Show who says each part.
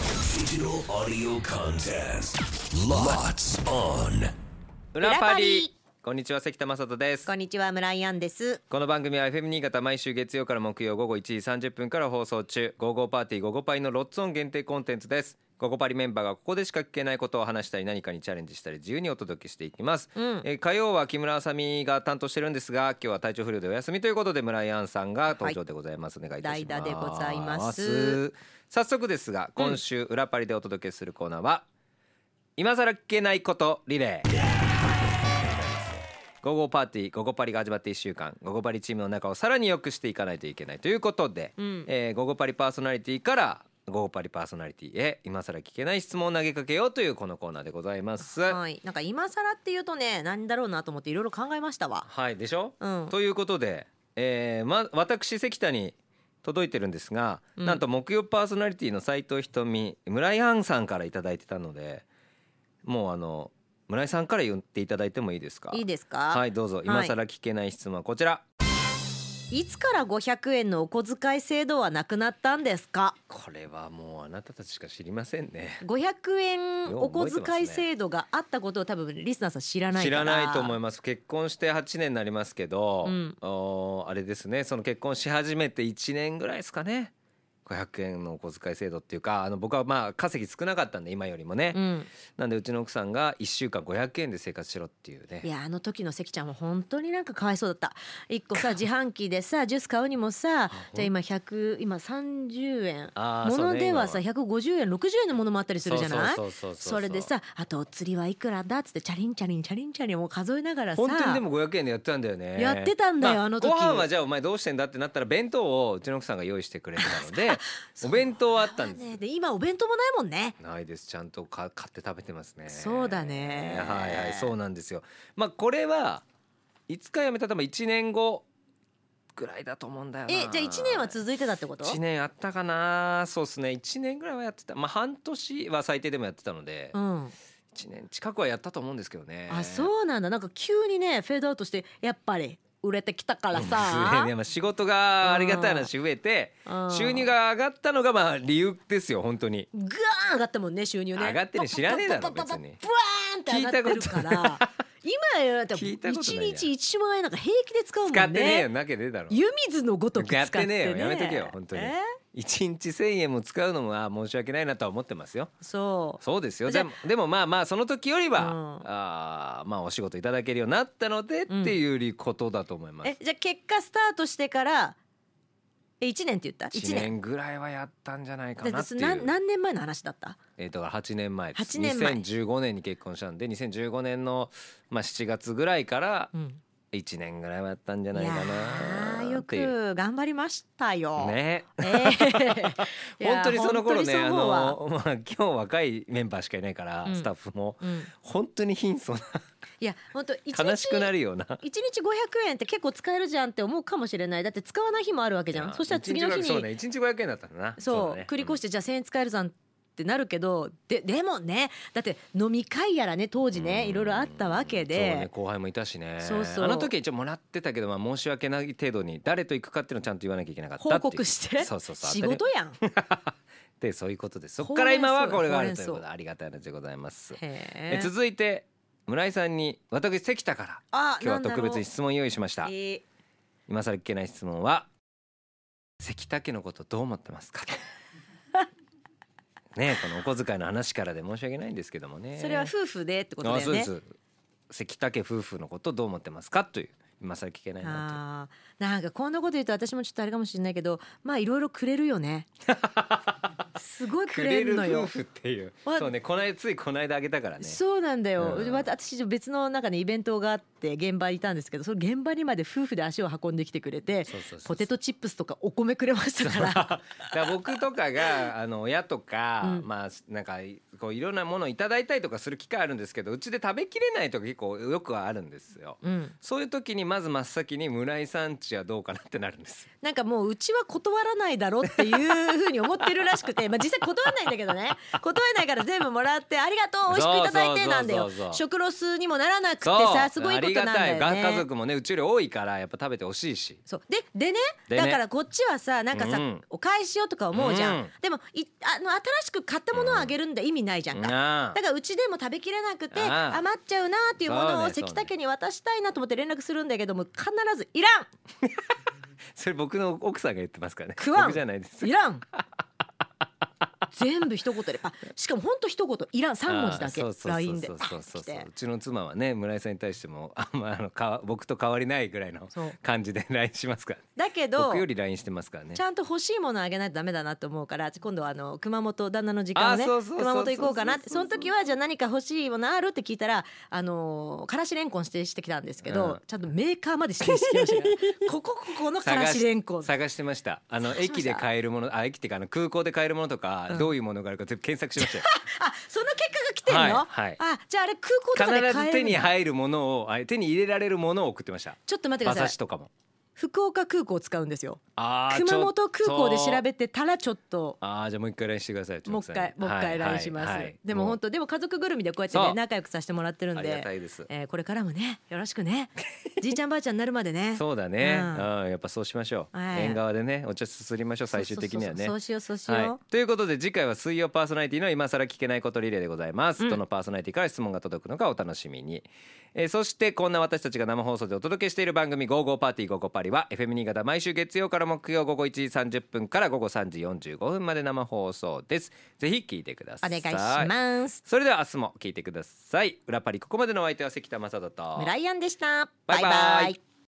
Speaker 1: Digital audio contest. Lots on.
Speaker 2: 裏
Speaker 3: 裏
Speaker 2: パ
Speaker 3: パ
Speaker 2: リ
Speaker 3: リ
Speaker 2: こんにちは関田正人です
Speaker 3: こんにちは、村井ンです。
Speaker 2: この番組は FM 新潟毎週月曜から木曜午後1時30分から放送中「ゴーゴーパーティーゴーゴーパイ」のロッツオン限定コンテンツですゴーゴーパリメンバーがここでしか聞けないことを話したり何かにチャレンジしたり自由にお届けしていきます、えー火曜は木村あさみが担当してるんですが今日は体調不良でお休みということで村井杏さんが登場でございます、お願いいたします
Speaker 3: 代打でございます
Speaker 2: 早速ですが今週裏パリでお届けするコーナーは、今更聞けないことリレー午後パーティー午後パリが始まって1週間午後パリチームの中をさらに良くしていかないといけないということで、えー午後パリパーソナリティから午後パリパーソナリティへ今更聞けない質問を投げかけようというこのコーナーでございます。は、
Speaker 3: はいい、なんか今更っていうとね、何だろうなと思っていろいろ考えましたわ。
Speaker 2: でしょ、
Speaker 3: うん
Speaker 2: ということで、えーま、私関田に届いてるんですが、なんと木曜パーソナリティの斉藤ひとみ村井杏さんから頂いてたのでもうあの村井さんから言っていただいてもいいですか
Speaker 3: いいですか。
Speaker 2: はいどうぞ今更聞けない質問はこちら、
Speaker 3: いつから500円のお小遣い制度はなくなったんですか。
Speaker 2: これはもうあなたたちしか知りませんね
Speaker 3: 500円
Speaker 2: よう
Speaker 3: お
Speaker 2: 覚えてますね
Speaker 3: 小遣い制度があったことを多分リスナーさん知らない
Speaker 2: 知
Speaker 3: から。
Speaker 2: らないと思い
Speaker 3: ま
Speaker 2: ます結婚して8年になりますけど、
Speaker 3: うん
Speaker 2: おーあれですねその結婚し始めて1年ぐらいですかね500円のお小遣い制度っていうかあの僕はまあ稼ぎ少なかったんで今よりもね、
Speaker 3: うん、
Speaker 2: なんでうちの奥さんが1週間500円で生活しろっていう
Speaker 3: い
Speaker 2: ね
Speaker 3: やあの時の関ちゃんも本当になんかかわいそうだった一 個さ自販機でさジュース買うにもさじゃあ今100今30円
Speaker 2: あー
Speaker 3: も
Speaker 2: そう
Speaker 3: の
Speaker 2: ね
Speaker 3: ではさ
Speaker 2: 今
Speaker 3: 150円60円のものもあったりするじゃない
Speaker 2: そうそうそうそうそう
Speaker 3: それでさあとお釣りはいくらだっつってチャリンチャリンチャリンチャリンもう数えながらさ
Speaker 2: 本当にでも500円でやってたんだよね
Speaker 3: やってたんだよ
Speaker 2: ま
Speaker 3: あの時
Speaker 2: ご飯はじゃあお前どうしてんだってなったら弁当をうちの奥さんが用意してくれてたの でお弁当はあったんです
Speaker 3: ねで今お弁当もないもんね
Speaker 2: ないですちゃんとか買って食べてますね
Speaker 3: そうだね
Speaker 2: はいはいそうなんですよまあこれはいつかやめた多分1年後ぐらいだと思うんだよな
Speaker 3: えじゃあ1年は続いてたってこと
Speaker 2: 1年あったかなそうですね1年ぐらいはやってたまあ半年は最低でもやってたので、
Speaker 3: うん、
Speaker 2: 1年近くはやったと思うんですけどね
Speaker 3: あ
Speaker 2: う
Speaker 3: そうなんだなんか急にねフェードアウトしてやっぱり売れてきたからさ、
Speaker 2: ねまあ、仕事がありがたい話増えて
Speaker 3: うん
Speaker 2: 収入が上がったのがまあ理由ですよ本当に
Speaker 3: グワーン上がったもんね収入ね
Speaker 2: 上がってね知らねえだろ
Speaker 3: パパパパ
Speaker 2: 別に
Speaker 3: ブワーンって上がってるから今やだって
Speaker 2: 聞いたこと
Speaker 3: 一
Speaker 2: ないや
Speaker 3: 日一万円なんか平気で使うもんね
Speaker 2: 使ってねえよなけでだろ
Speaker 3: 湯水のごとく使
Speaker 2: や
Speaker 3: っ
Speaker 2: って
Speaker 3: ね
Speaker 2: てねえよやめとけよ本当に
Speaker 3: え
Speaker 2: 一日千円も使うのもあー申し訳ないなとは思ってますよ
Speaker 3: そう
Speaker 2: そうですよ
Speaker 3: じゃ
Speaker 2: で
Speaker 3: あ
Speaker 2: もでもまあまあその時よりは、
Speaker 3: うん
Speaker 2: あーまあお仕事いただけるようになったのでっていうことだと思います、
Speaker 3: えじゃあ結果スタートしてからえ1年って言った
Speaker 2: 一年ぐらいはやったんじゃないか
Speaker 3: だ
Speaker 2: なっ
Speaker 3: っ
Speaker 2: て
Speaker 3: て
Speaker 2: いう
Speaker 3: 何何年前の話だった
Speaker 2: えー、だから8年前です
Speaker 3: 8年前
Speaker 2: 2015年に結婚したんで2015年の、まあ、7月ぐらいから
Speaker 3: うん
Speaker 2: 1年ぐらいはやったんじゃ
Speaker 3: い
Speaker 2: ない
Speaker 3: や
Speaker 2: かな
Speaker 3: ー
Speaker 2: ー
Speaker 3: よ
Speaker 2: っていう
Speaker 3: く頑張りましたよ、
Speaker 2: ね
Speaker 3: えーいや
Speaker 2: 本当にその頃ねあ
Speaker 3: 本当にそう思うわ
Speaker 2: の、ま あ、今日若いメンバーしかいないから、
Speaker 3: うん
Speaker 2: スタッフも、
Speaker 3: うん
Speaker 2: 本当に貧相
Speaker 3: いや本当一
Speaker 2: な悲
Speaker 3: 日
Speaker 2: しくなるような。
Speaker 3: 一日500円って結構使えるじゃんって思うかもしれないだって使わない日もあるわけじゃんそしたら次の日に
Speaker 2: 一日
Speaker 3: そ,、
Speaker 2: そううね一日500円だったんだなだね
Speaker 3: 繰り越してじゃあ1,000円使えるじゃんってなるけどででもねだって飲み会やらね当時ねいろいろあったわけ
Speaker 2: うんそうね
Speaker 3: で
Speaker 2: 後輩もいたしね
Speaker 3: そうそう
Speaker 2: あの時は一応もらってたけど、まあ、申し訳ない程度に誰と行くかっていうのをちゃんと言わなきゃいけなかったってい
Speaker 3: 報
Speaker 2: う
Speaker 3: 告して
Speaker 2: そうそうそう
Speaker 3: 仕事やん。
Speaker 2: でそういうことですそ
Speaker 3: ほ
Speaker 2: こ
Speaker 3: う
Speaker 2: か
Speaker 3: れん
Speaker 2: ら
Speaker 3: 草
Speaker 2: 今はこれがあるという
Speaker 3: ほう
Speaker 2: こ
Speaker 3: れん
Speaker 2: とで
Speaker 3: 草
Speaker 2: ありがたいのでございます
Speaker 3: へ
Speaker 2: え
Speaker 3: ー
Speaker 2: 続いて村井さんに私関田から
Speaker 3: あ
Speaker 2: 今日は特別に
Speaker 3: し
Speaker 2: 質問用意しましたた今更聞けない質問は関田家のことどう思ってます かねえこのお小遣いの話からで申し訳ないんですけどもね
Speaker 3: それは夫婦でってことだよ
Speaker 2: あ
Speaker 3: ね。
Speaker 2: そうです関田家夫婦のことどう思ってますかという今更聞けないな
Speaker 3: あーなんかこんなこと言うと私もちょっとあれかもしれないけどまあいろいろくれる よねすごい
Speaker 2: と
Speaker 3: くれるのよ
Speaker 2: 夫婦っていう
Speaker 3: わ
Speaker 2: そうねこないついこの間あげたからね
Speaker 3: そうなんだよ、
Speaker 2: うん
Speaker 3: わた私別の中にイベントがあって現場にいたんですけどその現場にまで夫婦で足を運んできてくれて
Speaker 2: そうそうそうそう
Speaker 3: ポテトチップスとかお米くれましたから
Speaker 2: だから僕とかがあの親とか、
Speaker 3: うん
Speaker 2: まあなんかこういろんなものをいただいたりとかする機会あるんですけどうちで食べきれないとか結構よくはあるんですよ。
Speaker 3: うん、
Speaker 2: そういう時にまず真っ先に村井さんちはどうかなってなるんです。
Speaker 3: なんかもううちは断らないだろっていうふうに思ってるらしくて、まあ、実際断らないんだけどね断らないから全部もらってありがとう美味しくいただいてなんだよ
Speaker 2: そうそうそうそう
Speaker 3: 食ロスにもならなくて
Speaker 2: そう
Speaker 3: さすごいいいこと
Speaker 2: り
Speaker 3: な
Speaker 2: が
Speaker 3: んだ
Speaker 2: たい
Speaker 3: よね
Speaker 2: が家族もねうちより多いからやっぱ食べてほしいし
Speaker 3: そうででね
Speaker 2: でね
Speaker 3: だからこっちはさなんかさ、
Speaker 2: うん
Speaker 3: お返しよとか思うじゃん、
Speaker 2: うん
Speaker 3: でもいあの新しく買ったものをあげるんだ意味ないじゃんか、
Speaker 2: なあ
Speaker 3: だからうちでも食べきれなくて
Speaker 2: ああ
Speaker 3: 余っちゃうなっていうも
Speaker 2: そう
Speaker 3: のを
Speaker 2: ねそうね
Speaker 3: 関田家に渡したいなと思って連絡するんだけども必ず「いらん
Speaker 2: それ僕の奥さんが言ってますからね
Speaker 3: 食わん
Speaker 2: 僕じゃないです
Speaker 3: いらん! 」全部一言でパッしかもほんと一言「いらん」3文字だけ
Speaker 2: あーそうそうそうそう
Speaker 3: LINE で
Speaker 2: そう
Speaker 3: パ
Speaker 2: そう
Speaker 3: ッ
Speaker 2: そう
Speaker 3: 来
Speaker 2: そう
Speaker 3: て
Speaker 2: うちの妻はね村井さんに対してもあんまあ のかわ僕と変わりないぐらいの
Speaker 3: そう
Speaker 2: 感じで LINE しますから
Speaker 3: だけど
Speaker 2: 僕より LINE してますからね
Speaker 3: ちゃんと欲しいものあげないとダメだなと思うから今度はあの熊本旦那の時間をね
Speaker 2: あそうそうそうそう
Speaker 3: 熊本行こうかなって
Speaker 2: そう
Speaker 3: そ
Speaker 2: そう
Speaker 3: の
Speaker 2: そう
Speaker 3: 時はじゃあ何か欲しいものあるって聞いたらあのーからしれんこん指定してきたんですけど、
Speaker 2: うん
Speaker 3: ちゃんとメーカーまで指定してきましたから ここここのからしれんこん
Speaker 2: 探してましたあの
Speaker 3: 探しま
Speaker 2: 駅
Speaker 3: した
Speaker 2: で買えるものあ駅っていうかあの空港で買えるものとか、どういうものがあるか全部検索しましたよ
Speaker 3: あその結果が来てんの、
Speaker 2: はいはい
Speaker 3: あじゃああれ 空港とかで
Speaker 2: 必
Speaker 3: 買
Speaker 2: ず
Speaker 3: える
Speaker 2: 手
Speaker 3: ん
Speaker 2: に
Speaker 3: だ
Speaker 2: 入るものをあ手に入れられるものを送ってました
Speaker 3: ちょっと待って
Speaker 2: 馬
Speaker 3: くだ
Speaker 2: 刺
Speaker 3: さ
Speaker 2: し
Speaker 3: い
Speaker 2: とかも
Speaker 3: 福岡空港を使うんですよ
Speaker 2: あー
Speaker 3: 熊本
Speaker 2: ちょ
Speaker 3: 空
Speaker 2: っと
Speaker 3: 港で調べてたらちょっと
Speaker 2: ああじゃあもう一回 LINE してください
Speaker 3: もう一回もう一
Speaker 2: は
Speaker 3: 回
Speaker 2: い
Speaker 3: LINE します、
Speaker 2: はいはい
Speaker 3: でも本当でも家族ぐるみでこうやってね
Speaker 2: そう
Speaker 3: 仲良くさせてもらってるんで
Speaker 2: ありがたいです
Speaker 3: えーこれからもねよろしくね じいちゃんばあちゃんになるまでね
Speaker 2: そうだね、
Speaker 3: うん
Speaker 2: うん、やっぱそうしましょう、
Speaker 3: はい
Speaker 2: 縁側でねお茶すすりましょう最終的にはね
Speaker 3: そうそうそうそうそうしようそうしよう、
Speaker 2: はい、ということで次回は水曜パーソナリティの今更聞けないことリレーでございます、
Speaker 3: うん
Speaker 2: どのパーソナリティから質問が届くのかお楽しみに、えーそしてこんな私たちが生放送でお届けしている番組「ゴーゴーパーティーゴーゴーパリ」は FM 新潟毎週月曜から木曜午後1時30分から午後3時45分まで生放送ですぜひ聞いてくださ
Speaker 3: お
Speaker 2: い
Speaker 3: 願いします
Speaker 2: それでは明日も聞いてください裏パリここまでのお相手は関田正人と
Speaker 3: ムライアンでした
Speaker 2: バイバイ
Speaker 3: バイバイ